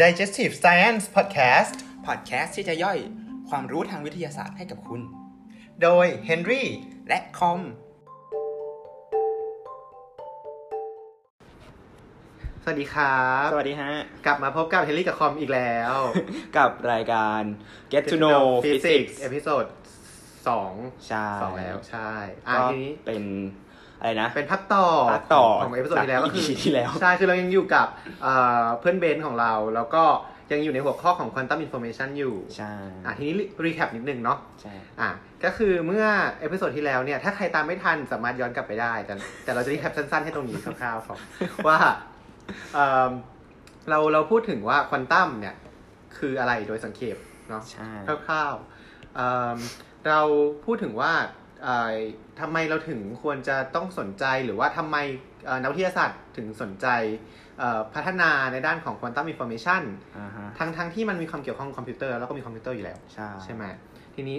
Digestive Science Podcast พอดแคสต์ที่จะย่อยความรู้ทางวิทยาศาสตร์ให้กับคุณ โดย Henry และคอม สวัสดีครับ สวัสดีฮะ กลับมาพบกับ Henry กับคอมอีกแล้ว กับรายการ Get to Know Physics เอพิโซดสอง ใช่ สองแล้วใช่ อ่ะ ก็ ทีนี้ เป็นอะไรนะ เป็นพักต่อ พักต่อ ของเอพิโซดที่แล้วก็คือ จาก EP ที่แล้ว ใช่ คือเรายังอยู่กับเอ่อเพื่อนเบนของเรา แล้วก็ยังอยู่ในหัวข้อของ Quantum Information อยู่ ใช่ อ่ะทีนี้รีแคปนิดนึงเนาะ ใช่ อ่ะก็คือเมื่อเอพิโซดที่แล้วเนี่ย ถ้าใครตามไม่ทันสามารถย้อนกลับไปได้ แต่แต่เราจะรีแคปสั้นๆให้ตรงนี้คร่าวๆของ ว่าเอ่อเราเราพูดถึงว่าควอนตัมเนี่ย คืออะไรโดยสังเขปเนาะ ใช่ คร่าวๆเอ่อเราพูดถึงว่าเอ่อทำไมเราถึงควรจะต้องสนใจหรือว่าทำไมเอ่อนักวิทยาศาสตร์ถึงสนใจเอ่อพัฒนาในด้านของควอนตัมอินโฟ a มชัน อ่าฮะ ทั้งทั้งที่มันมีความเกี่ยวข้องกับคอมพิวเตอร์แล้วก็มีคอมพิวเตอร์อยู่แล้ว ใช่ ใช่ไหมทีนี้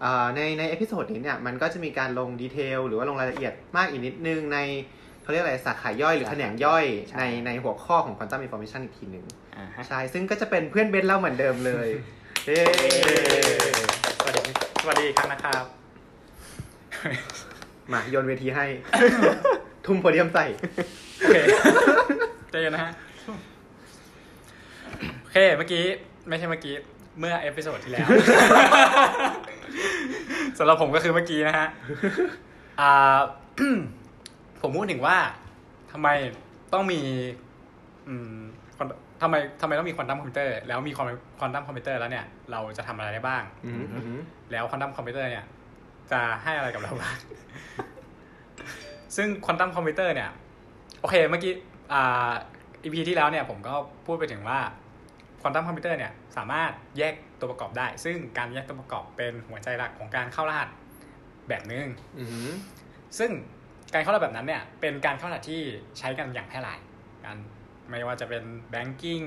เอ่อในในเอพิโซดนี้เนี่ย มันก็จะมีการลงดีเทล หรือว่าลงรายละเอียดมากอีกนิดนึง ในเขาเรียกอะไรสาขาย่อยหรือแขนงย่อย ในในหัวข้อของ Quantum Information อีกทีหนึ่ง อ่าฮะ ใช่ ซึ่งก็จะเป็นเพื่อนเบนเล่าเหมือนเดิมเลย เย้ สวัสดีสวัสดีอีกครั้งนะครับ มาโยนเวทีให้ ทุ่มโพเดียมใส่ โอเค ใจเย็นนะฮะ โอเค เมื่อกี้ ไม่ใช่เมื่อกี้ เมื่อเอพิโซดที่แล้ว สำหรับผมก็คือเมื่อกี้นะฮะอ่า ผมพูดถึงว่าทำไมต้องมี อืม quantum- ทำไมทำไมต้องมีควอนตัมคอมพิวเตอร์ แล้วมีควอนตัมคอมพิวเตอร์แล้วเนี่ย เราจะทำอะไรได้บ้าง อืมอืม แล้วควอนตัมคอมพิวเตอร์เนี่ย จะให้อะไรกับเราบ้าง ซึ่งควอนตัมคอมพิวเตอร์เนี่ย โอเคเมื่อกี้อ่า EP ที่แล้วเนี่ยผมก็พูดไปถึงว่าควอนตัมคอมพิวเตอร์เนี่ย สามารถแยกตัวประกอบได้ ซึ่งการแยกตัวประกอบเป็นหัวใจหลักของการเข้ารหัสแบบหนึง่ง อืม ซึ่งการเข้ารหัสแบบนั้นเนี่ย เป็นการเข้ารหัสที่ใช้กันอย่างแพร่หลายการไม่ว่าจะเป็นแบงกิ้ง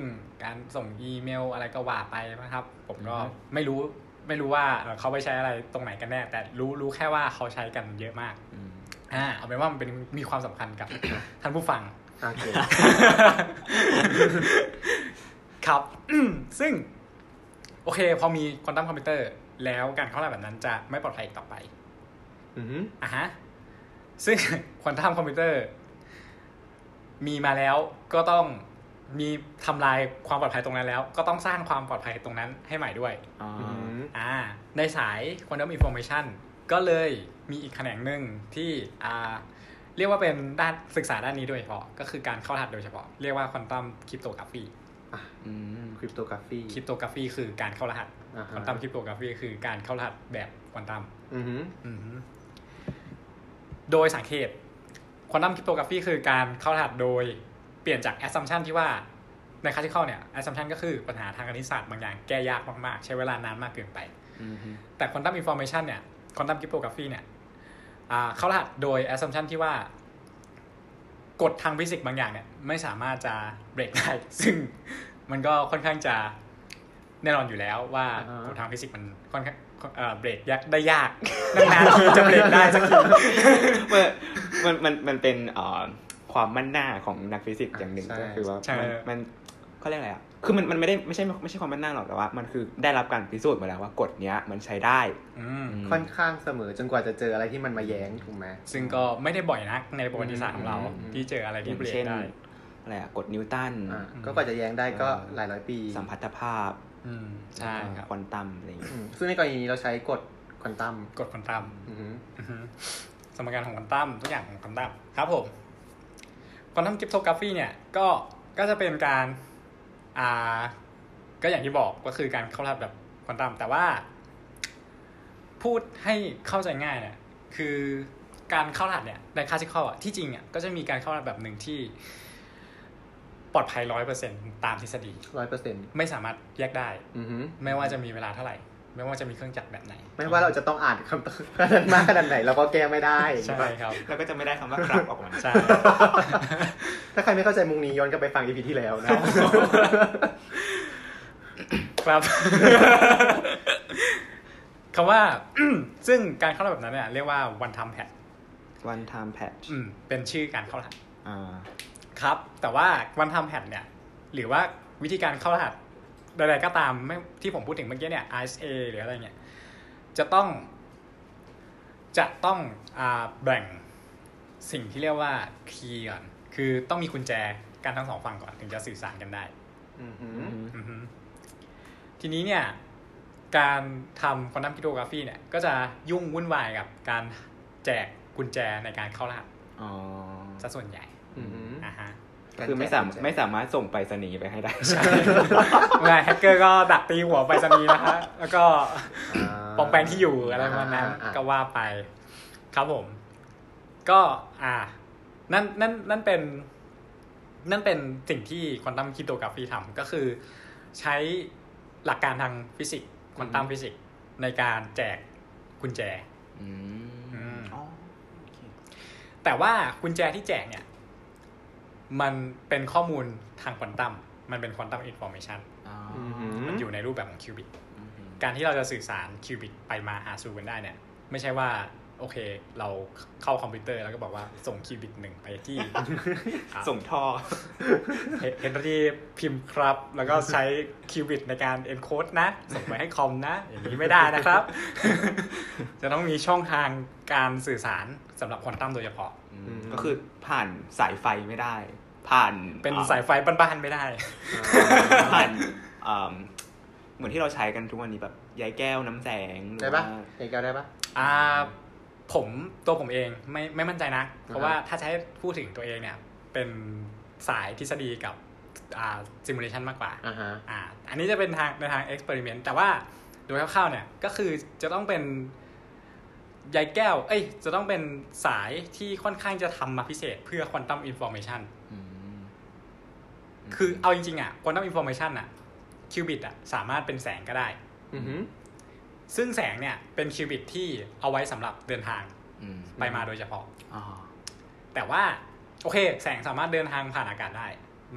การส่งอีเมลอะไรก็ว่าไปนะครับ ผมก็ไม่รู้ไม่รู้ว่าเอ่อเขาไปใช้อะไรตรงไหนกันแน่ แต่รู้รู้แค่ว่าเขาใช้กันเยอะมากอ่าเอาเป็นว่ามันเป็นมีความสำคัญกับ ท่านผู้ฟัง โอเค ครับ ซึ่ง โอเค พอมีควอนตัมคอมพิวเตอร์ แล้วการเข้ารหัสแบบนั้นจะไม่ปลอดภัยอีกต่อไป อืม อ่ะฮะ ซึ่ง ควอนตัมคอมพิวเตอร์ มีมาแล้วก็ต้องมีทำลายความปลอดภัยตรงนั้นแล้ว ก็ต้องสร้างความปลอดภัยตรงนั้นให้ใหม่ด้วย อ่า อืม อ่า ในสาย Quantum Information ก็เลยมีอีกแขนงหนึ่งที่อ่าเรียกว่าเป็นด้านศึกษาด้านนี้โดยเฉพาะ ก็คือการเข้ารหัสโดยเฉพาะ เรียกว่า Quantum Cryptography อืม คริปโตกราฟี คริปโตกราฟีคือการเข้ารหัส ควอนตัมคริปโตกราฟีคือการเข้ารหัสแบบควอนตัม อืม โดยสังเขตควอนตัมคริปโตกราฟีคือการเข้ารหัสโดยเปลี่ยนจากแอสซัมชันที่ว่าในคลาสสิคอลเนี่ยแอสซัมชันก็คือปัญหาทางคณิตศาสตร์บางอย่างแก้ยากมากๆ ใช้เวลานานมากเกินไป อืมฮึ แต่ควอนตัมอิน r m a t i o n เนี่ยควอนตัมคริปโตกราฟีเนี่ยอ่าเข้ารหัสโดยแอสซัมชันที่ว่ากฎทางฟิสิกส์บางอย่างเนี่ยไม่สามารถจะเบรกได้ ซึ่งมันก็ค่อนข้างจะแน่นอนอยู่แล้วว่ากฎทางฟิสิกส์มันค่อนข้างเอ่อเบรกยากได้ยาก นานๆจะเบรกได้สักที มัน มันมันมันเป็นเอ่อความมั่นหน้าของนักฟิสิกส์อย่างหนึ่งก็คือว่า ใช่ มันมันเขาเรียกอะไรอ่ะ คือมันมันไม่ได้ไม่ใช่ไม่ใช่ความมั่นหน้าหรอกแต่ว่า มันคือได้รับการพิสูจน์มาแล้วว่ากฎเนี้ยมันใช้ได้ อืม ม ค่อนข้างเสมอจนกว่าจะเจออะไรที่มันมาแย้งถูกไหม ซึ่งก็ไม่ได้บ่อยนักในประวัติศาสตร์ของเรา อืม ที่เจออะไร อ ที่ ย่าง เบรก เช่น ได้ อะไรอะกฎนิวตัน อ่ะก็กว่าจะแย้งได้ก็หลายร้อยปี สัมพัทธภาพ อืมใช่ครับ ควอนตัมอะไรอย่างเงี้ย อืมซึ่งในกรณีนี้เราใช้กฎควอนตัม กฎควอนตัม อือฮึ อือฮึสมการของควอนตัมทุกอย่างของควอนตัมครับผมควอนตัมคริปโตกราฟีเนี่ยก็ก็จะเป็นการอ่าก็อย่างที่บอกก็คือการเข้ารหัสแบบควอนตัมแต่ว่า พูดให้เข้าใจง่ายเนี่ยคือการเข้ารหัสเนี่ยในคลาสสิคอลอ่ะที่จริงอ่ะก็จะมีการเข้ารหัสแบบหนึ่งที่ ปลอดภัยร้อยเปอร์เซ็นตามทฤษฎี ร้อยเปอร์เซ็นต์ ไม่สามารถแยกได้ อือฮึ ไม่ว่าจะมีเวลาเท่าไหร่ ไม่ว่าจะมีเครื่องจักรแบบไหน ไม่ว่าเราจะต้องอ่านคำตอบขนาดมากขนาดไหนเราก็แก้ไม่ได้ ใช่ครับ เราก็จะไม่ได้คำว่าครับออกมา ใช่ ถ้าใครไม่เข้าใจมุงนี้ย้อนกลับไปฟังอีพีที่แล้วนะ ครับ คำว่า ซึ่งการเข้ารหัสแบบนั้นเนี่ยเรียกว่า one time patch วันไทม์แพท อืมเป็นชื่อการเข้ารหัส อ่า ครับ แต่ว่า one time patch เนี่ย หรือว่า วิธีการเข้ารหัสใดๆก็ตามไม่ที่ผมพูดถึงเมื่อกี้เนี่ย RSA หรืออะไรเนี่ยจะต้อง จะต้องอ่าแบ่งสิ่งที่เรียกว่าคีย์ก่อน คือต้องมีกุญแจกันทั้งสองฝั่งก่อนถึงจะสื่อสารกันได้ อือหือ อือฮึทีนี้เนี่ย การทำ quantum cryptography เนี่ย ก็จะยุ่งวุ่นวายกับการแจกกุญแจในการเข้ารหัส อ๋อ ซะส่วนใหญ่ อือหือ อ่าฮะ คือไม่สามไม่สามารถส่งไปสนีย์ไปให้ได้ ใช่เมื่อแฮกเกอร์ก็ดักตีหัวไปสนีย์นะฮะแล้วก็ า ปลอมแปลงที่อยู่อะไรประมาณนั้น อ่าอ่า ก็ว่าไป ครับผม ก็อ่า นั่นนั่นนั่นเป็น นั่นเป็นสิ่งที่ควอนตัมคริปโตกราฟีทำก็คือ ใช้หลักการทางฟิสิกส์ควอนตัมฟิสิกส์ในการแจกกุญแจ อื อื ม ม อ๋อโอเค แต่ว่ากุญแจที่แจกเนี่ย มันเป็นข้อมูลทางควอนตัมมันเป็นควอนตัมอินโฟ a มชัน อ๋ออ อือหือ มันอยู่ในรูปแบบของคิวบิต อืม การที่เราจะสื่อสารคิวบิตไปมาหาสู่กันได้เนี่ย ไม่ใช่ว่า โอเค เราเข้าคอมพิวเตอร์แล้วก็บอกว่าส่งคิวบิตหนึ่งไปที่ ส่งท่อ เฮนรี่พิมพ์ครับ แล้วก็ใช้คิวบิตในการเอนโคดนะ ส่งไปให้คอมนะ อย่างนี้ไม่ได้นะครับ จะต้องมีช่องทางการสื่อสารสำหรับควอนตัมโดยเฉพาะ อืมก็คือผ่านสายไฟไม่ได้ ผ่าน เป็น อ่อ สายไฟบ้านๆไม่ได้ ผ่านอ่ าเหมือนที่เราใช้กันทุกวันนี้แบบยายแก้วน้ำแสงหรือ ได้ปะ ว่า เอกแก้วได้ปะ อ่าผมตัวผมเองไม่ไม่มั่นใจนะ เพราะ อ่าฮะ ว่าถ้าจะให้พูดถึงตัวเองเนี่ย เป็นสายทฤษฎีกับอ่าซิมูเลชันมากกว่า อ่าฮะ อ่าอันนี้จะเป็นทางในทางเอ็กซ์เพร์เมนต์แต่ว่าโดยคร่าวๆเนี่ย ก็คือจะต้องเป็นยายแก้ว เอ้ย จะต้องเป็นสายที่ค่อนข้างจะทำมาพิเศษเพื่อควอนตัมอินโฟ a t ชัน อืม คือเอาจริงๆอ่ะควอนตัมอินโฟ a t ชันอ่ะคิวบิตอ่ะสามารถเป็นแสงก็ได้ อือหือ ซึ่งแสงเนี่ยเป็นคิวบิตที่เอาไว้สำหรับเดินทาง อืม ไปมาโดยเฉพาะ อ๋อ แต่ว่าโอเค แสงสามารถเดินทางผ่านอากาศได้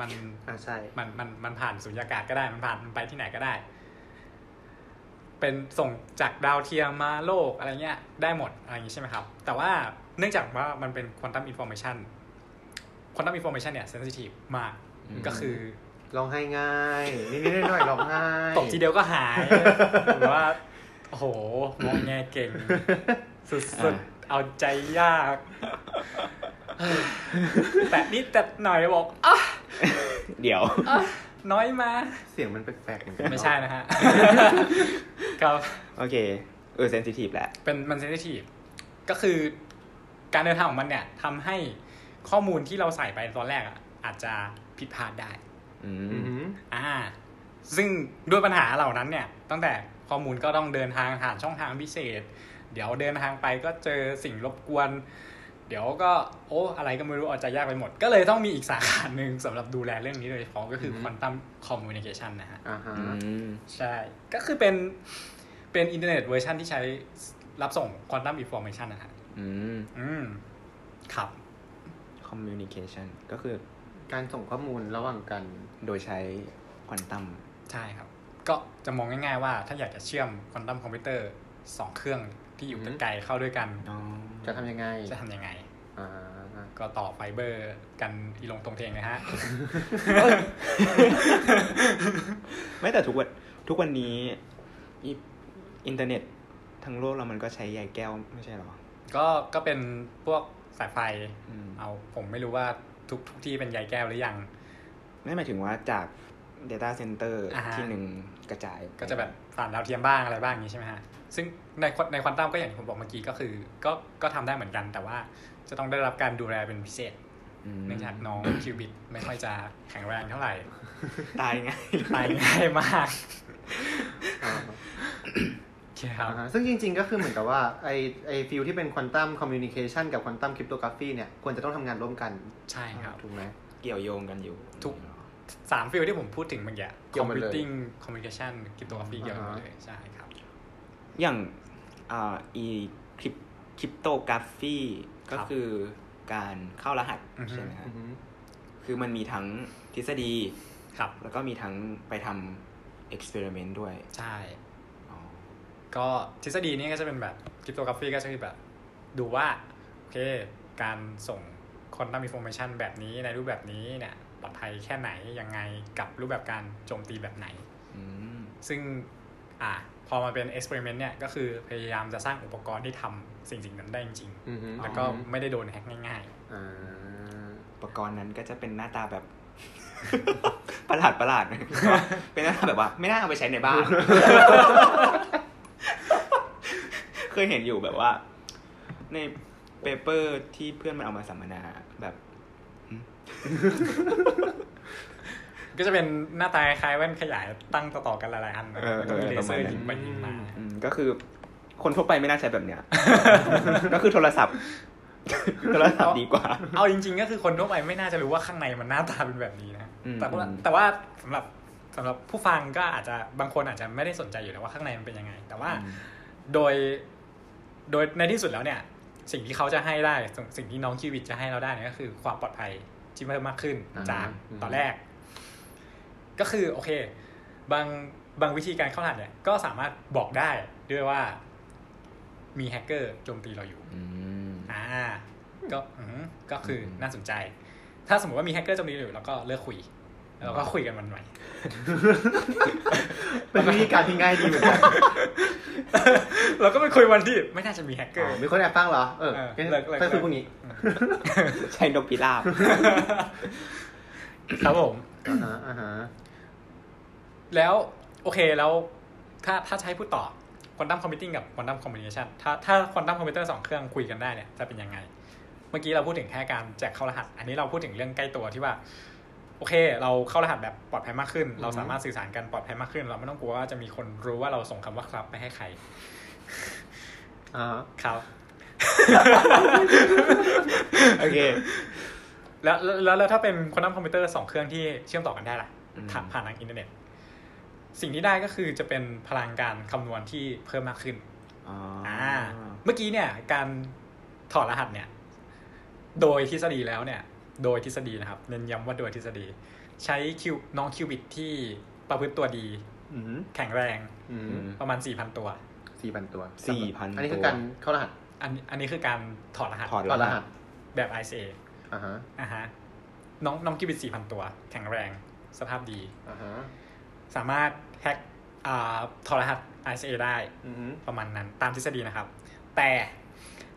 มัน อ่าใช่ มันมันมันผ่านสุญญากาศก็ได้มันผ่านมันไปที่ไหนก็ได้ เป็นส่งจากดาวเทียมมาโลกอะไรเงี้ยได้หมดอะไรอย่างงี้ใช่ไหมครับ แต่ว่าเนื่องจากว่ามันเป็นควอนตัมอินโฟมชันควอนตัมอินโฟมชันเนี่ยเซนซิทีฟมากก็คือ ร้องไห้ง่ายนิดนิดๆหน่อยๆร้องไห้ ตกทีเดียวก็ห ายหรือว่า โอ้โหมองแง่เก่ง สุดๆเอาใจยาก แต่นิดแต่หน่อยบอกอ้า เดี๋ยว น้อยมา เสียงมันแปลกๆเหมือนกัน ไม่ใช่นะฮะ ครับ โอเค เออเซนซิทีฟแหละ เป็นมันเซนซิทีฟก็คือการเดินทางของมันเนี่ยทำให้ข้อมูลที่เราใส่ไปตอนแรกอะอาจจะผิดพลาดได้ อื อือ ม หือ อ่า ซึ่งด้วยปัญหาเหล่านั้นเนี่ย ตั้งแต่ข้อมูลก็ต้องเดินทางผ่านช่องทางพิเศษ เดี๋ยวเดินทางไปก็เจอสิ่งรบกวน เดี๋ยวก็โอ้อะไรก็ไม่รู้เอาใจยากไปหมด ก็เลยต้องมีอีกสาขาหนึ่งสำหรับดูแลเรื่องนี้โดยเฉพาะก็คือ ม ควอนตัมคอมมูนิเคชันนะฮะ อ่าฮะ อืม ใช่ ก็คือเป็นเป็นอินเทอร์เน็ตเวอร์ชันที่ใช้รับส่งควอนตัมอินโฟมชันนะฮะ อืม อืม ครับ คอมมิวนิเคชันก็คือ การส่งข้อมูลระหว่างกัน โดยใช้ควอนตัม ใช่ครับ ก็จะมองง่ายๆว่าถ้าอยากจะเชื่อมควอนตัมคอมพิวเตอร์สองเครื่องที่อยู่ อืม ไกลๆเข้าด้วยกัน อ๋อ จะทำยังไง จะทำยังไง อ่า ก็ต่อไฟเบอร์กันอีลงตรงเทงนะฮ ะ ไม่แต่ทุกวันทุกวันนี้อิอินเทอร์เน็ตทั้งโลกเรามันก็ใช้ยายแก้วไม่ใช่เหรอ ก็ก็เป็นพวกสายไฟ อืม เอาผมไม่รู้ว่าทุกทุกที่เป็นใยายแก้วหรือยัง ไม่หมายถึงว่าจาก Data Center อ่าฮะ ที่หนึ่งกระจาย ก็จะแบบผ่านดาวเทียมบ้างอะไรบ้างอย่างนี้ใช่ไหมฮะ ซึ่งในควในควอนตัมก็อย่างที่ผมบอกเมื่อกี้ก็คือ ก็ก็ทำได้เหมือนกัน แต่ว่าจะต้องได้รับการดูแลเป็นพิเศษ ม เนื่องจากน้อง คิวบิตไม่ค่อยจะแข็งแรงเท่าไหร่ ตาย ไง ตายง่ายมาก อ่า โอเคครับ อ่าฮะซึ่งจริงๆ ก็คือเหมือนกับว่าไอไอฟิลที่เป็นควอนตัมคอมมิวนิเคชันกับควอนตัมคริปโตกราฟีเนี่ย ควรจะต้องทำงานร่วมกัน ใช่ครับ ถูกไหม เกี่ยวโยงกันอยู่ ทุก สามฟิลที่ผมพูดถึงเมื่อกี้ เกี่ยคอ ว ม หมด พิ เล วย ติ้งคอมมิวนิเคชันคริปโตกราฟีเกี่ยวกันหมดเลยใช่ครับ อย่างอ่าอีคริปคริปโตกราฟีก็ ครับ คือการเข้ารหัส อือฮึ ใช่ไหมฮะ อือหือ คือมันมีทั้งทฤษฎี ครับ แล้วก็มีทั้งไปทำเอ็กซ์เพร์เมนต์ด้วย ใช่ อ๋อ ก็ทฤษฎีนี่ก็จะเป็นแบบคริปโตกราฟีก็จะคือแบบ ดูว่า โอเค การส่งคนตั้งอินโฟมชันแบบนี้ในรูปแบบนี้เนี่ย ไป ลอดภัยแค่ไหนยังไงกับรูปแบบการโจมตีแบบไหน อืม ซึ่งอ่าพอมาเป็นเอ็กซ์เพร์เมนต์เนี่ยก็คือพยายามจะสร้างอุปกรณ์ที่ทำสิ่งสิ่งนั้นได้จริง อือฮึ ๆ แล้วก็ไม่ได้โดนแฮกง่าย อ่า อุปกรณ์นั้นก็จะเป็นหน้าตาแบบ ประหลาดประหลาดๆ เป็นหน้าตาแบบว่า ไม่น่าเอาไปใช้ในบ้ าน เคยเห็นอยู่แบบว่า ในเปเปอร์ที่เพื่อนมันเอามาสัมมนาแบบ ๆ ก็จะเป็นหน้าตาคล้ายๆแว่นขยายตั้งต่อๆกันหลายๆอันนะ เออ แล้วก็มี เออ เลเซอร์ ประมาณนั้น ยิงไปยิงมา อืมก็คือคนทั่วไปไม่น่าใช้แบบเนี้ย ก็คือโทรศัพท์ โทรศัพท์ดีกว่า เอาจริงๆ ก็คือคนทั่วไปไม่น่าจะรู้ว่าข้างในมันหน้าตาเป็นแบบนี้นะ อืม แต่ว่า อืม แต่ว่าสำหรับสำหรับผู้ฟังก็อาจจะบางคนอาจจะไม่ได้สนใจอยู่แล้วว่าข้างในมันเป็นยังไง แต่ว่าโดยโดยในที่สุดแล้วเนี่ย สิ่งที่เขาจะให้ได้สิ่งสิ่งที่น้องชีวิตจะให้เราได้เนี่ยก็คือความปลอดภัยที่เพิ่มมากขึ้น อ่า จาก อืม ตอนแรก ก็คือโอเค บางบางวิธีการเข้ารหัสเนี่ยก็สามารถบอกได้ด้วยว่ามีแฮกเกอร์โจมตีเราอยู่ อืม อ่าก็อืมก็คือน่าสนใจ ถ้าสมมติว่ามีแฮกเกอร์จำนวนอยู่แล้วก็เลิกคุย แล้วก็คุยกันวันใหม่ เป็นวิธีการที่ง่ายดีเหมือนกัน เราก็ไปคุยวันที่ไม่น่าจะมีแฮกเกอ อ๋ ร์ อมีคนแอบฟังเหรอ เออ เออ งั้น เลิกเลิก ไปคุยพรุ่งนี้ ใช้นกพิราบ ครับผม อ่าฮะอ่าฮะ แล้วโอเคแล้วถ้าถ้าจะใช้พูดต่อควอนตัมคอมพิวติ้งกับควอนตัมคอมบิเนชันถ้าถ้าควอนตัมคอมพิวเตอร์สองเครื่องคุยกันได้เนี่ยจะเป็นยังไง เมื่อกี้เราพูดถึงแค่การแจกเข้ารหัส อันนี้เราพูดถึงเรื่องใกล้ตัวที่ว่า โอเค เราเข้ารหัสแบบปลอดภัยมากขึ้น เราสามารถสื่อสารกันปลอดภัยมากขึ้น เราไม่ต้องกลัวว่าจะมีคนรู้ว่าเราส่งคำว่าครับไปให้ใคร อ่าฮะ ครับ โอเค แล้วแล้วแล้วแล้วถ้าเป็นควอนตัมคอมพิวเตอร์สองเครื่องที่เชื่อมต่อกันได้ล่ะ อืม ผ่านผ่านทางอินเทอร์เน็ต สิ่งที่ได้ก็คือจะเป็นพลังการคำนวณที่เพิ่มมากขึ้น อ๋อ อ่าเมื่อกี้เนี่ยการถอดรหัสเนี่ย โดยทฤษฎีแล้วเนี่ย โดยทฤษฎีนะครับเน้นย้ำว่าโดยทฤษฎี ใช้คิวน้องคิวบิตที่ประพฤติตัวดี อืม แข็งแรง อืม ประมาณ 4,000 ตัว สี่พันตัว สี่พัน อันนี้คือการเข้ารหัส อันอันนี้คือการถอดรหัส ถอด เข้าร รหั หั ส ส แบบ ICA อ่าฮะ อ่ะฮะน้องน้องคิวบิต 4,000 ตัว แข็งแรงสภาพดี อ่าฮะ สามารถแฮ็กอ่าถอดรหัส ICA ได้ อืม ประมาณนั้นตามทฤษฎีนะครับ แต่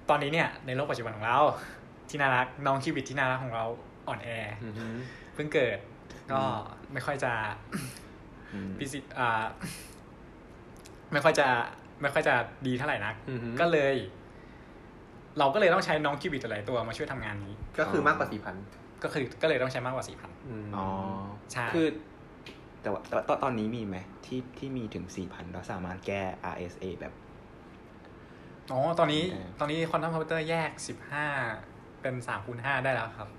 ตอนนี้เนี่ยในโลกปัจจุบันของเราที่น่ารักน้องคิวบิตที่น่ารักของเราอ่อนแอ อือฮึ เพิ่งเกิดก็ อืม ไม่ค่อยจะ อืม พิสิอ่า ไม่ค่อยจะไม่ค่อยจะดีเท่าไหร่นัก อือฮึ ก็เลย เราก็เลยต้องใช้น้องคิวบิตหลายตัวมาช่วยทำงานนี้ ก็คือมากกว่าสี่พัน ก็คือก็เลยต้องใช้มากกว่าสี่พัน อ๋อ ใช่ คือ แต่ว่าแต่ว่าตอนตอนนี้มีไหมที่ที่มีถึงสี่พันแล้วสามารถแก้ RSA แบบ อ๋อตอนนี้ โอเค ตอนนี้ควอนตัมคอมพิวเตอร์แยกสิบห้าเป็นสามคูณห้าได้แล้ว ครับ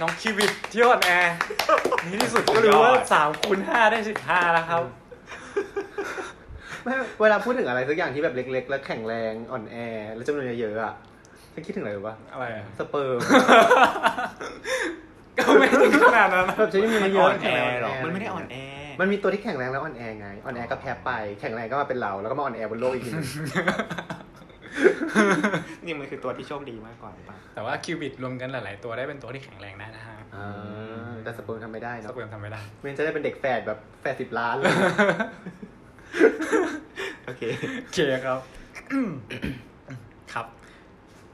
น้องคิวบิตที่อ่อนแอนี่ที่สุดก็รู้ว่าสามคูณห้าได้สิบห้าแล้วครับ ไม่เวลาพูดถึงอะไรสักอย่างที่แบบเล็ก ๆ แล้วแข็งแรงอ่อนแอ แล้วจำนวนเยอะๆอ่ะจะคิดถึงอะไรรู้ปะ อะไรอะ สเปิร์ม ก็ไม่ถึงขนาดนั้นนะ แบบใช้มีเย อ่ อะ อนแอหรอ แข็งแง มันไม่ได้อ่อนแอ มันมีตัวที่แข็งแรงแล้วอ่อนแอไงอ่อนแอก็แพ้ไปแข็งแรงก็มาเป็นเราแล้วก็มาอ่อนแอบนโลกอีกทีหนึ่ง นี่มันคือตัวที่โชคดีมากกว่าหรือเปล่า แต่ว่าคิวบิตรวมกันหลาย ๆ ตัวได้เป็นตัวที่แข็งแรงได้นะฮะ อ่าแต่สเปิร์มทำไม่ได้ สั เนาะ กคนทำไม่ได้ ไมันจะได้เป็นเด็กแฝดแบบแฝดสิบล้านเลย โอเค โอเคครับ ครับ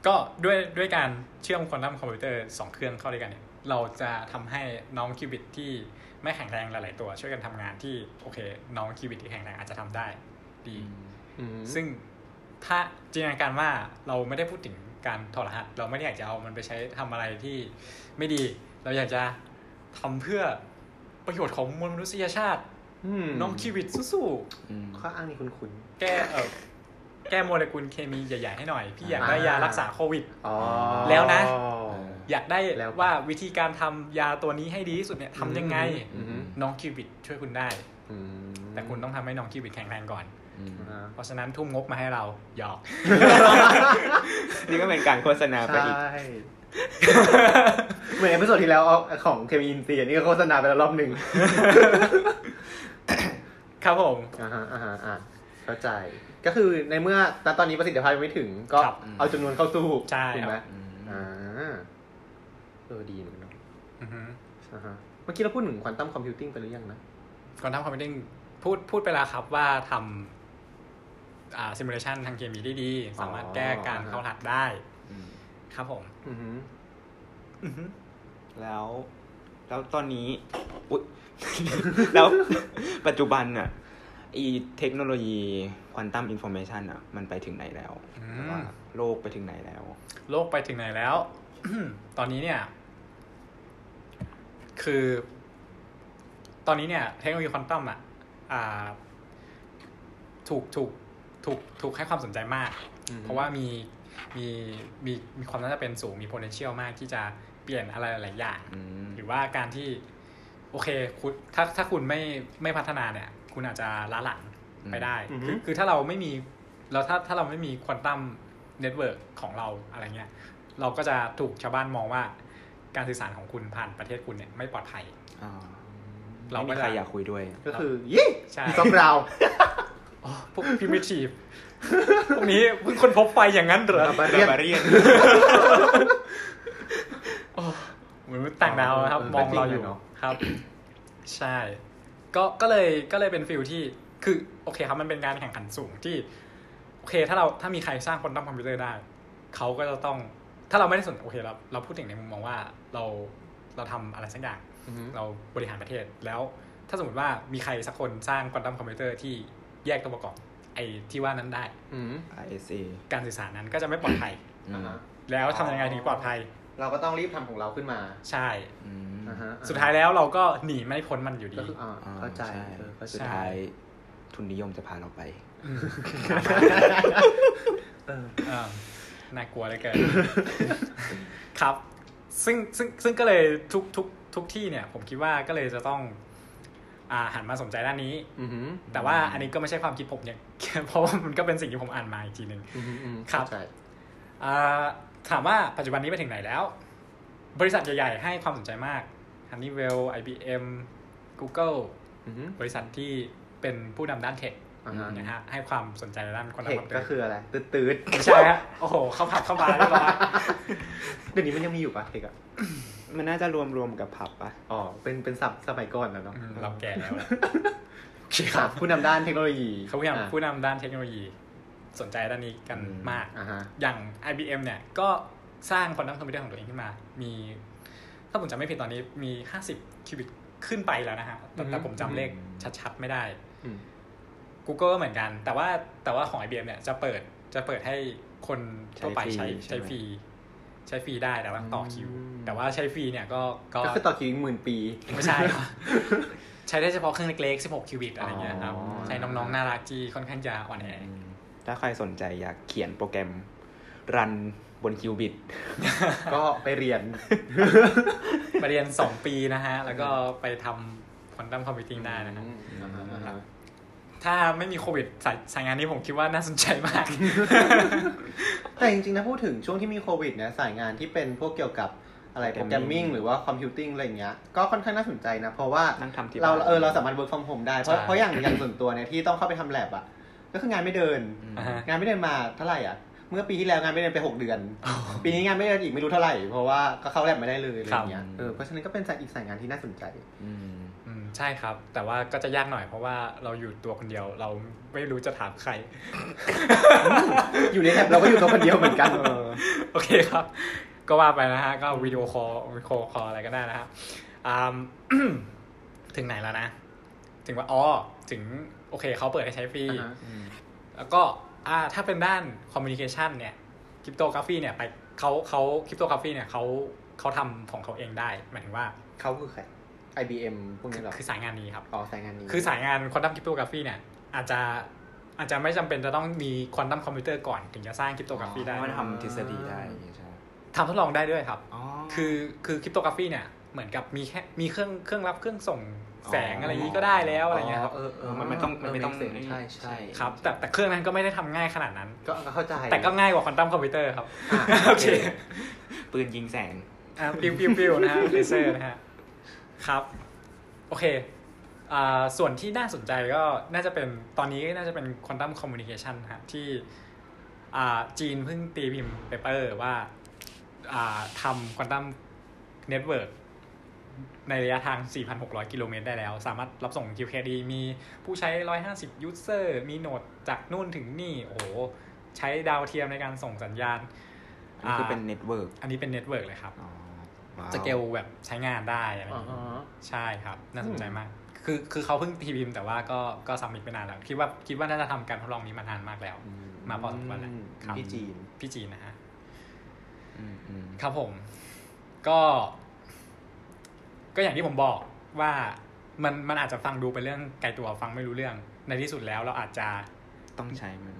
ก็ด้วยด้วยการเชื่อมควอนตัมคอมพิวเตอร์สองเครื่องเข้าด้วยกันเนี่ย เราจะทำให้น้องคิวบิตที่ไม่แข็งแรงหลาย ๆ ตัว ช่วยกันทำงานที่โอเค น้องคิวบิตที่แข็งแรงอาจจะทำได้ ดี อืม ซึ่งถ้าจินตนาการว่าเราไม่ได้พูดถึงการถอดรหัส เราไม่ได้อยากจะเอามันไปใช้ทำอะไรที่ไม่ดี เราอยากจะทำเพื่อประโยชน์ของมวลมนุษยชาติ ม น้องคิวบิตสู้ๆ อืม ข้ออ้างนี่คุ้น แก้เออแก้โมเลกุลเคมีใหญ่ๆให้หน่อย พี่อยาก อ่า ได้ยารักษาโควิด ๆอ๋อ แล้วนะ เออ อยากได้ แล้ว ว่าวิธีการทำยาตัวนี้ให้ดีที่สุดเนี่ยทำยังไง อืม น้องคิวบิตช่วยคุณได้ อืม แต่คุณต้องทำให้น้องคิวบิตแข็งแรงก่อน อืม อ่า เพราะฉะนั้นทุ่มงบมาให้เราหยอก นี่ก็เป็นการโฆษณาไป ใช่ อีก เหมือนเอพิโซดที่แล้วเอาของเคมีอินซีย์อันนี่ก็โฆษณาไปแล้วรอบหนึ่ง ครับผม อ่าฮะอ่าฮะอ่ะเข้าใจ ก็คือในเมื่อณตอนนี้ประสิทธิภาพยังไม่ถึง ก็ ครับ เอาจำนวนเข้าสู้ ใช่ ถูกไหม ครับ อืม อ่าเออดีเหมือนกันเนอะ อือฮึ อ่าฮะเมื่อกี้เราพูดถึงควอนตัมคอมพิวติ้งไปหรือยังนะ ก่อนทำคอมพิวติ้งพูดพูดไปแล้วครับว่าทำอ่าซิมูเลชันทางเคมีได้ดี สามารถแก้การ อ๋อ เข้ารหัสได้ ครับผม อือฮึ อือฮึแล้ว แล้วตอนนี้อุย แล้ว ปัจจุบันอ่ะอีเทคโนโลยีควอนตัมอินโฟเมชันอ่ะ มันไปถึงไหนแล้ว อืม หรือว่าโลกไปถึงไหนแล้ว โลกไปถึงไหนแล้ว ตอนนี้เนี่ย คือ ตอนนี้เนี่ย เทคโนโลยีควอนตัมอ่ะอ่า ถูกถูกถูกถูกให้ความสนใจมาก อือฮึ เพราะว่ามีมีมีมีความน่าจะเป็นสูงมี potential มากที่จะเปลี่ยนอะไรหลายๆอย่าง อืม หรือว่าการที่ โอเคคุณถ้าถ้าคุณไม่ไม่พัฒนาเนี่ย คุณอาจจะล้าหลังไปได้ อืม คือคือถ้าเราไม่มีเราถ้าถ้าเราไม่มีควอนตัมเน็ตเวิร์กของเราอะไรเงี้ย เราก็จะถูกชาวบ้านมองว่า การสื่อสารของคุณผ่านประเทศคุณเนี่ยไม่ปลอดภัย อ่า เรา ไม่มีก็จะ ใครอยากคุยด้วย ก็คือยี่ ใช่ ต้องเรา อ๋อพวกพิมิทีฟพวกนี้เพิ่งคนพบไฟอย่างนั้นเหรอ เราไปเรียน Barbarian เหมือนต่างดาวนะครับ เออ มองเราอ จริงเล ยู่ ยเนอะ ครับ ใช่ ก็ก็เลยก็เลยเป็นฟิลที่คือโอเคครับมันเป็นการแข่งขันสูงที่ โอเค ถ้าเราถ้ามีใครสร้างคนตั้งคอมพิวเตอร์ได้ เขาก็จะต้อง ถ้าเราไม่ได้สนโอเคเราเราพูดถึงในมุมมองว่าเราเราทำอะไรสักอย่าง อือฮึ เราบริหารประเทศแล้วถ้าสมมติว่ามีใครสักคนสร้างควอนตัมคอมพิวเตอร์ที่แยกตัวประกอบไอ้ที่ว่านั้นได้ อือฮึ RSA การสื่อสารนั้นก็จะไม่ปลอดภัย อืม อ่าฮะ แล้วทำยังไงถึงปลอดภัย เราก็ต้องรีบทำของเราขึ้นมา ใช่ อืม อ่าฮะ สุดท้ายแล้วเราก็หนีไม่พ้นมันอยู่ดี ก็คืออ่า อ่ เข้าใจ ช่ เออเข้าใจ สุดท้ายทุนนิยมจะพาเราไป อืม เออ เออน่ากลัวเหลยเกิน ครับ ซึ่งซึ่งซึ่งก็เลยทุกทุกทุกที่เนี่ย ผมคิดว่าก็เลยจะต้อง อ่าหันมาสนใจด้านนี้ อือฮึ แต่ว่าอันนี้ก็ไม่ใช่ความคิดผมเนี่ย เพราะว่ามันก็เป็นสิ่งที่ผมอ่านมาอีกทีหนึ่ง อือฮึอือฮึ ครับ เข้าใจ อ่าถามว่าปัจจุบันนี้ไปถึงไหนแล้ว บริษัทใหญ่ๆ ให้ความสนใจมาก Honeywell IBM Google อือฮึ บริษัทที่เป็นผู้นำด้านเทค อ่าฮะ นะฮะให้ความสนใจในด้านคน เทคทำคอมพิวเตอร์ ก็คืออะไรตืดตืด ไม่ใช่ฮะ โอ้โห เข้าผับเข้าบาร์เรียบร้อย ๆเดี๋ยวนี้มันยังมีอยู่ปะเทคอะ มันน่าจะรวมรวมๆกับผับปะ อ๋อเป็นเป็นศัพท์สมัยก่อนแล้วเนาะ อืมเราแก่แล้วล่ะโอเคค ครั รั บบ ผู้นำด้านเทคโนโลยี เขาพยายาม อ่ะ ผู้นำด้านเทคโนโลยี สนใจด้านนี้กันมาก อ่าฮะ อย่าง IBM เนี่ย ก็สร้างควอนตัมคอมพิวเตอร์ของตัวเองขึ้นมา มี ถ้าผมจำไม่ผิดตอนนี้มี 50คิวบิตขึ้นไปแล้วนะฮะ แต่แต่ผมจำเลขชัดๆ ไม่ได้ อืม Google ก็เหมือนกัน แต่ว่าแต่ว่าของ IBM เนี่ยจะเปิดจะเปิดให้คนทั่วไปใช้ใช้ฟรีใช้ฟรีได้แต่ว่าต่อคิว แต่ว่าใช้ฟรีเนี่ยก็ก็ ก็คือต่อคิวอีกหมื่น ปี ไม่ ใช่ครับ ใช้ได้เฉพาะเครื่องเล็กๆ 16 คิวบิตอะไรเงี้ยครับ อ๋อ ใช้น้องๆ น่ารักที่ค่อนข้างจะอ่อนแอ อืมถ้าใครสนใจอยากเขียนโปรแกรมรันบนคิวบิต ก็ไปเรียน ไปเรียน 2 ปีนะฮะ แล้วก็ไปทำควอนตัมคอมพิวติ้งได้นะฮะ อ่าฮะอ่าฮะ ถ้าไม่มีโควิดสายสายงานนี้ผมคิดว่าน่าสนใจม าก แต่จริงๆนะพูดถึงช่วงที่มีโควิดนะสายงานที่เป็นพวกเกี่ยวกับอะไรโปรแกรมมิ่ง Programming หรือว่าคอมพิวติ้งอะไรอย่างเงี้ย ก็ค่อนข้างน่าสนใจนะ เพราะว่า นั่งทำที่ เรา บ้น เออเราสามารถ work from home ได้ เพราะ ใช่ เพราะอย่างอย่างส่วนตัวเนี่ยที่ต้องเข้าไปทำแ a บอ่ะ ก็คืองานไม่เดิน อืม อ่าฮะ งานไม่เดินมาเท่าไหร่อ่ะ เมื่อปีที่แล้วงานไม่เดินไป 6 เดือน ปีนี้งานไม่เดินอีกไม่รู้เท่าไหร่ เพราะว่าก็เข้าแ a บไม่ได้เลยอะไรอย่างเงี้ย ครับ เออเพราะฉะนั้นก็เป็นสายอีกสายงานที่น่าสนใจ อืม อืมใช่ครับ แต่ว่าก็จะยากหน่อยเพราะว่าเราอยู่ตัวคนเดียว เราไม่รู้จะถามใคร อยู่ในแ a บเราก็อยู่ตัวคนเดียวเหมือนกัน เออ โอเคครับ ก็ว่าไปนะฮะ ก็วิดีโอคอลวิดีโอคอลอะไรก็ได้นะฮะอ่าม ถึงไหนแล้วนะ ถึงว่าอ๋อถึงโอเคเขาเปิดให้ใช้ฟรี อ่าฮะ อืม แล้วก็อ่าถ้าเป็นด้านคอมมิวนิเคชันเนี่ยคริปโตกราฟีเนี่ยไปเขาเขาคริปโตกราฟีเนี่ยเขาเขาทำของเขาเองได้ หมายถึงว่า เขาคือใคร IBM พวกนี้เหรอ คือสายงานนี้ครับ อ๋อสายงานนี้ คือสายงานควอนตัมคริปโตกราฟีเนี่ย อาจจะอาจจะไม่จำเป็นจะต้องมีควอนตัมคอมพิวเตอร์ก่อนถึงจะสร้างคริปโตกราฟีได้ อ๋อมันทำทฤษฎีได้อย่างงี้ใช่ไหม ทำทดลองได้ด้วยครับ อ๋อ คือคือคริปโตกราฟีเนี่ยเหมือนกับมีแค่มีเครื่องเครื่องรับเครื่องส่งแสง อ๋ออ อะไรอย่างนี้ก็ได้แล้วอะไรเงี้ยครับ เออเออ มันไม่ต้องมันไม่ต้อง เใช่ใช่ ครับแต่แต่เครื่องนั้นก็ไม่ได้ทำง่ายขนาดนั้น ก็เข้าใจ แต่ก็ง่ายกว่าควอนตัมคอมพิวเตอร์ครับ อ่ะ โอเค ปืนยิงแสง อ่าปิ้วปิ้วปิ้วนะฮะเลเซอร์นะฮะครับโอเคอ่าส่วนที่น่าสนใจก็น่าจะเป็นตอนนี้น่าจะเป็นควอนตัมคอมมูนิเคชันฮะที่อ่าจีนเพิ่งตีพิมพ์เปเปอร์ว่าอ่าทำควอนตัมเน็ตเวิร์ก ในระยะทาง 4,600 กิโลเมตรได้แล้ว สามารถรับส่ง QKD มีผู้ใช้ 150 ยูเซอร์ มีโหนดจากนู่นถึงนี่ โอ้โห ใช้ดาวเทียมในการส่งสัญญาณ อันนี้คือเป็นเน็ตเวิร์ก อันนี้เป็นเน็ตเวิร์กเลยครับ อ๋อว้าว สเกลแบบใช้งานได้อะไรอ อ่า ย่างเงี้ย ฮะ ใช่ครับ น่าสนใจมาก คือคือเขาเพิ่งทีพิมพ์แต่ว่าก็ก็สัมมิตไปนานแล้ว คิดว่าคิดว่าน่าจะทำการทดลองนี้มานานมากแล้ว อื มาพอสมควรแล้วครับ ที่จีน พี่จีนนะฮะ อืมอืม ครับผม ก็ ก็อย่างที่ผมบอกว่ามันมันอาจจะฟังดูเป็นเรื่องไกลตัวฟังไม่รู้เรื่อง ในที่สุดแล้วเราอาจจะ ต้องใช้มัน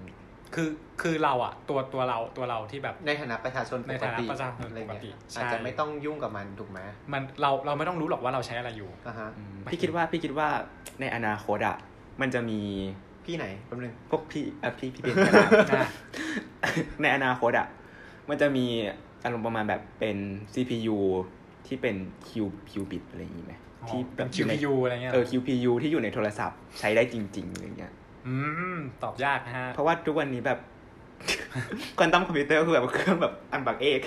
คือคือเราอะตัวตัวเราตัวเราที่แบบ ในฐานะประชาชนป ใน ก ฐานะ ติ ประชาชน อะไร ปก เงี้ย ติใช่ อาจจะไม่ต้องยุ่งกับมันถูกไหม มันเราเราไม่ต้องรู้หรอกว่าเราใช้อะไร อยู่ อ่ะฮะ อืม ไม่ พี่คิดว่าพี่คิดว่าในอนาคตอ่ะ มันจะมี พี่ไหนแป๊บนึง พวกพี่อ่ะพี่พี่เป็นก็ ได้ นะ ในอนาคตอ่ะ มันจะมีอารมณ์ประมาณแบบเป็น CPU ที่เป็น Q Q bit อะไรอย่างงี้ไหม อ๋อ ที่แบ เป็น บอยู่ใน QPU อะไรเงี้ย เออ QPU ที่อยู่ในโทรศัพท์ใช้ได้จริงๆอะไรเงี้ย อืม ตอบยากนะฮะ เพราะว่าทุกวันนี้แบบ ควอนตัมคอมพิวเตอร์คือแบบเครื่องแบบอันบักเอก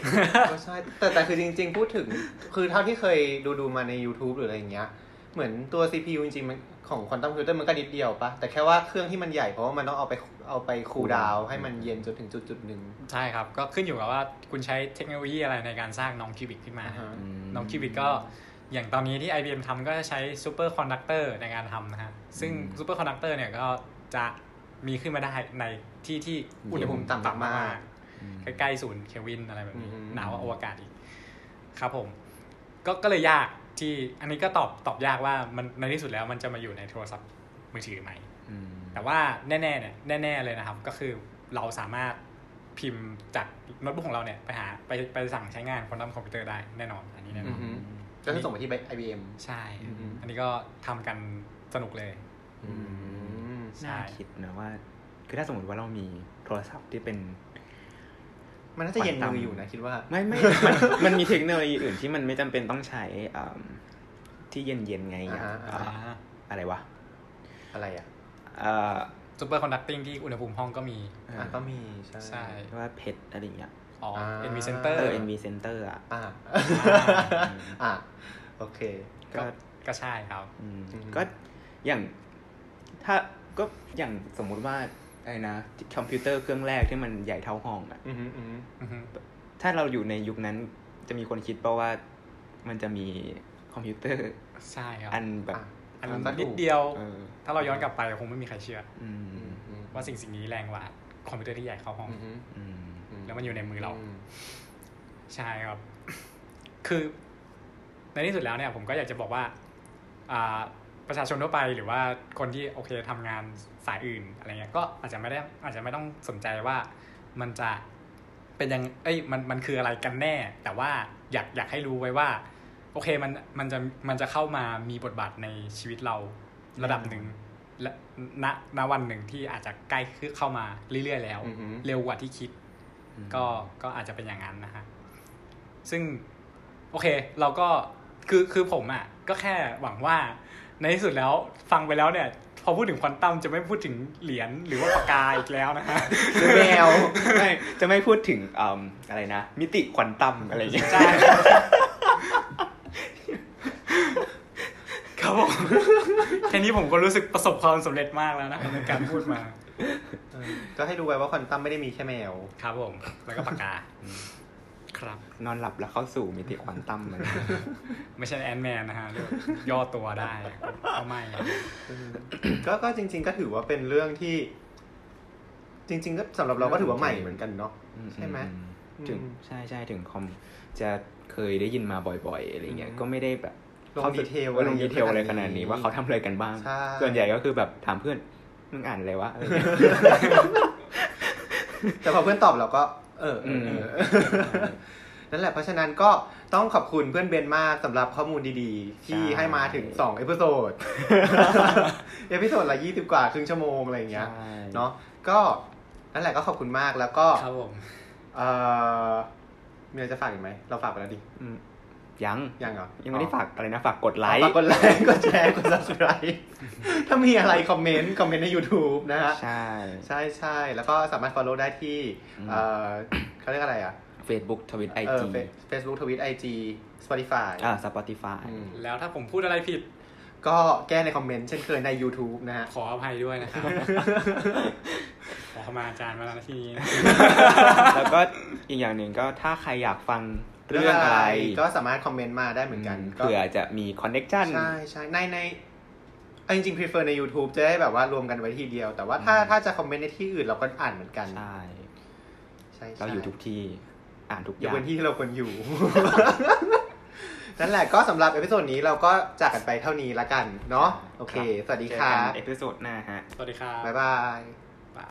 ก็ใช่แต่แต่คือจริง ๆ พูดถึง คือเท่าที่เคยดูดูมาใน YouTube หรืออะไรอย่างเงี้ย เหมือนตัว CPU จริงๆมันของควอนตัมคอมพิวเตอร์มันก็นิดเดียวปะแต่แค่ว่าเครื่องที่มันใหญ่เพราะว่ามันต้องเอาไปเอาไปคูลดาวน์ให้มันเย็นจนถึงจุดจุดๆหนึ่ง ใช่ครับ ก็ขึ้นอยู่กับว่าคุณใช้เทคโนโลยีอะไรในการสร้างน้องคิวบิกขึ้นมา อ่าฮะ น้องคิวบิกก็อย่างตอนนี้ที่ IBM ทำก็จะใช้ซูเปอร์คอนดักเตอร์ในการทำนะฮะ ซึ่ง อืม ซูเปอร์คอนดักเตอร์เนี่ยก็จะมีขึ้นมาได้ในที่ที่อุณหภูมิ อุณหภูมิ ต่ำ ต่ำมาก มากๆใกล้ๆศูนย์เคลวินอะไรแบบนี้ อืม หนาวกว่าอวกาศอีก ครับผม ก็ก็เลยยากที่อันนี้ก็ตอบตอบยากว่ามันในที่สุดแล้วมันจะมาอยู่ในโทรศัพท์มือถือไหม แต่ว่าแน่ๆเนี่ยแน่ๆเลยนะครับ ก็คือเราสามารถพิมพ์จากโน้ตบุ๊กของเราเนี่ยไปหาไปไปสั่งใช้งานควอนตัมคอมพิวเตอร์ได้แน่นอน อันนี้แน่นอน อืม ก็คือส่งไปที่ IBM ใช่ อือฮึ อันนี้ก็ทำกันสนุกเลย อืม ใช่ น่าคิดนะว่า คือถ้าสมมติว่าเรามีโทรศัพท์ที่เป็น มันน่าจะเย็นมืออยู่นะคิดว่า ไม่ไม่ มันมันมีเทคโนโลยีอื่นที่มันไม่จำเป็นต้องใช้อ่ำที่เย็นเย็นๆไงอย่าง อ่าฮะ อ่าอะไรวะ อะไรอ่ะ เอ่อ ซูเปอร์คอนดักติ้งที่อุณหภูมิห้องก็มี อ่า อ่ะก็มีใช่ ใช่ เรียกว่าเพชรอะไรอย่างเงี้ย อ๋อ อ่า เอ็นวีเซนเตอ เอ ร์ อ NV Center อ่ะ อ่ะ า อ่ะ โอเค ก็ ก็ใช่ครับ อืม อืม ก็อย่างถ้าก็อย่างสมมุติว่าอะไรนะคอมพิวเตอร์เครื่องแรกที่มันใหญ่เท่าห้องอะ อือหืออือหือ อือฮึ ถ้าเราอยู่ในยุคนั้นจะมีคนคิดเปล่าว่ามันจะมีคอมพิวเตอร์ ใช่ครับ อันแบบ อ่ะ อัน ก็ถูก นิดเดียว เออ ถ้าเราย้อนกลับไปคงไม่มีใครเชื่อ อืม อืมอืม ว่าสิ่งสิ่งนี้แรงกว่าคอมพิวเตอร์ที่ใหญ่เข้าห้อง อือหือ อืม อื แล้วมันอยู่ในมือเรา ม ใช่ครับ คือในที่สุดแล้วเนี่ย ผมก็อยากจะบอกว่าอ่าประชาชนทั่วไปหรือว่าคนที่โอเคทำงานสายอื่นอะไรเงี้ย ก็อาจจะไม่ได้อาจจะไม่ต้องสนใจว่ามันจะเป็นยังเอ้ยมันมันคืออะไรกันแน่ แต่ว่าอยากอยากให้รู้ไว้ว่า โอเคมันมันจะมันจะเข้ามามีบทบาทในชีวิตเราระดับหนึ่งและณณวันหนึ่งที่อาจจะใกล้เข้ามาเรื่อยๆแล้ว อือฮึ เร็วกว่าที่คิด อืม ก็ก็อาจจะเป็นอย่างนั้นนะฮะ ซึ่งโอเคเราก็คือคือผมอ่ะก็แค่หวังว่าในที่สุดแล้วฟังไปแล้วเนี่ย พอพูดถึงควอนตัมจะไม่พูดถึงเหรียญหรือว่าปากกาอีกแล้วนะฮ ะ คือแมว ไม่จะไม่พูดถึงอมอะไรนะ มิติควอนตัมอะไรอย่างเงี้ย ใช่ครับผมแค่นี้ผมก็รู้สึกประสบความสำเร็จมากแล้วนะครับในการพูดมา เออก็ให้ดูไว้ว่าควอนตัมไม่ได้มีแค่แมว ครับผม แล้วก็ปากกา ครับ นอนหลับแล้วเข้าสู่มิติควอนตัมมัน ไม่ใช่แอนแมนนะฮะเรียกย่อตัวได้ก็ไม่นะ ก็ก็จริง ๆ ก็ถือว่าเป็นเรื่องที่ จริง ๆ ก็สำหรับเราก็ถือว่าใหม่เหมือนกันเนาะ อื ใช่ไหม อืถึง อืม ใช่ใช่ถึงคอมจะเคยได้ยินมาบ่อยๆอะไรเงี้ย อืม ก็ไม่ได้แบบ ลง ข้า ดีเทล ออลอะงไร ดีเทลอะไรขนาดขนาดนี้นี้ ว่าเขาทำอะไรกันบ้าง ใช่ ส่วนใหญ่ก็คือแบบถามเพื่อนมึงอ่านอะไรวะอะไรเงี้ย แต่พอเพื่อนตอบเราก็ เออเออเอ อนั่นแหละเพราะฉะนั้นก็ต้องขอบคุณเพื่อนเบนมากสำหรับข้อมูลดีๆ ที่ ใช่ ให้มาถึง2เอพิโซด เอพิโซดละ20 กว่าครึ่งชั่วโมงอะไรอย่างเงี้ย ใช่ เนาะก็นั่นแหละก็ขอบคุณมากแล้วก็ ครับผม เออมีอะไรจะฝากอีกไหมเราฝากไปแล้วดิ อืมยัง ยังเหรอ ยังไม่ได้ฝากอะไรนะฝากกดไล ฝากค์กดไลค์ กดแชร์ กด subscribe ถ้ามีอะไรคอมเมนต์ คอมเมนต์ใน YouTube นะฮะ ใช่ ใช่ใช่แล้วก็สามารถ follow ได้ที่ อืม เอ่อเขาเรียกอะไรอ่ะ Facebook ทวิตไอ เออ จี เฟซบุ๊กทวิตไอจีสปอติฟาย อ่า Spotify แล้วถ้าผมพูดอะไรผิด ก็แก้ในคอมเมนต์เช่นเคยใน YouTube นะฮะ ขออภัยด้วยนะครับ ขอขมาอาจารย์มาแล้วนะทีนี้ แล้วก็อีกอย่างหนึ่งก็ถ้าใครอยากฟังเรื่องอะไร ก็สามารถคอมเมนต์มาได้เหมือนกันก็ เผื่อจะมีคอนเน็กชัน ใช่ใช่ในในเอาจริงๆ prefer ใน YouTube จะได้แบบว่ารวมกันไว้ทีเดียว แต่ว่าถ้า อืม ถ้าจะคอมเมนต์ในที่อื่นเราก็อ่านเหมือนกัน ใช่ ใช่ใช่ เราอยู่ทุกที่อ่านทุก อ อย่ ย่าง เว้นที่ที่เราควร อยู่ นั่นแหละก็สำหรับเอพิโซดนี้เราก็จากกันไปเท่านี้ละกัน เนาะ ใช่ โอเค ครับ สวัสดี เจอ ค่ะ กันเอพิโซดหน้าฮะ สวัสดีครับ บ๊ายบาย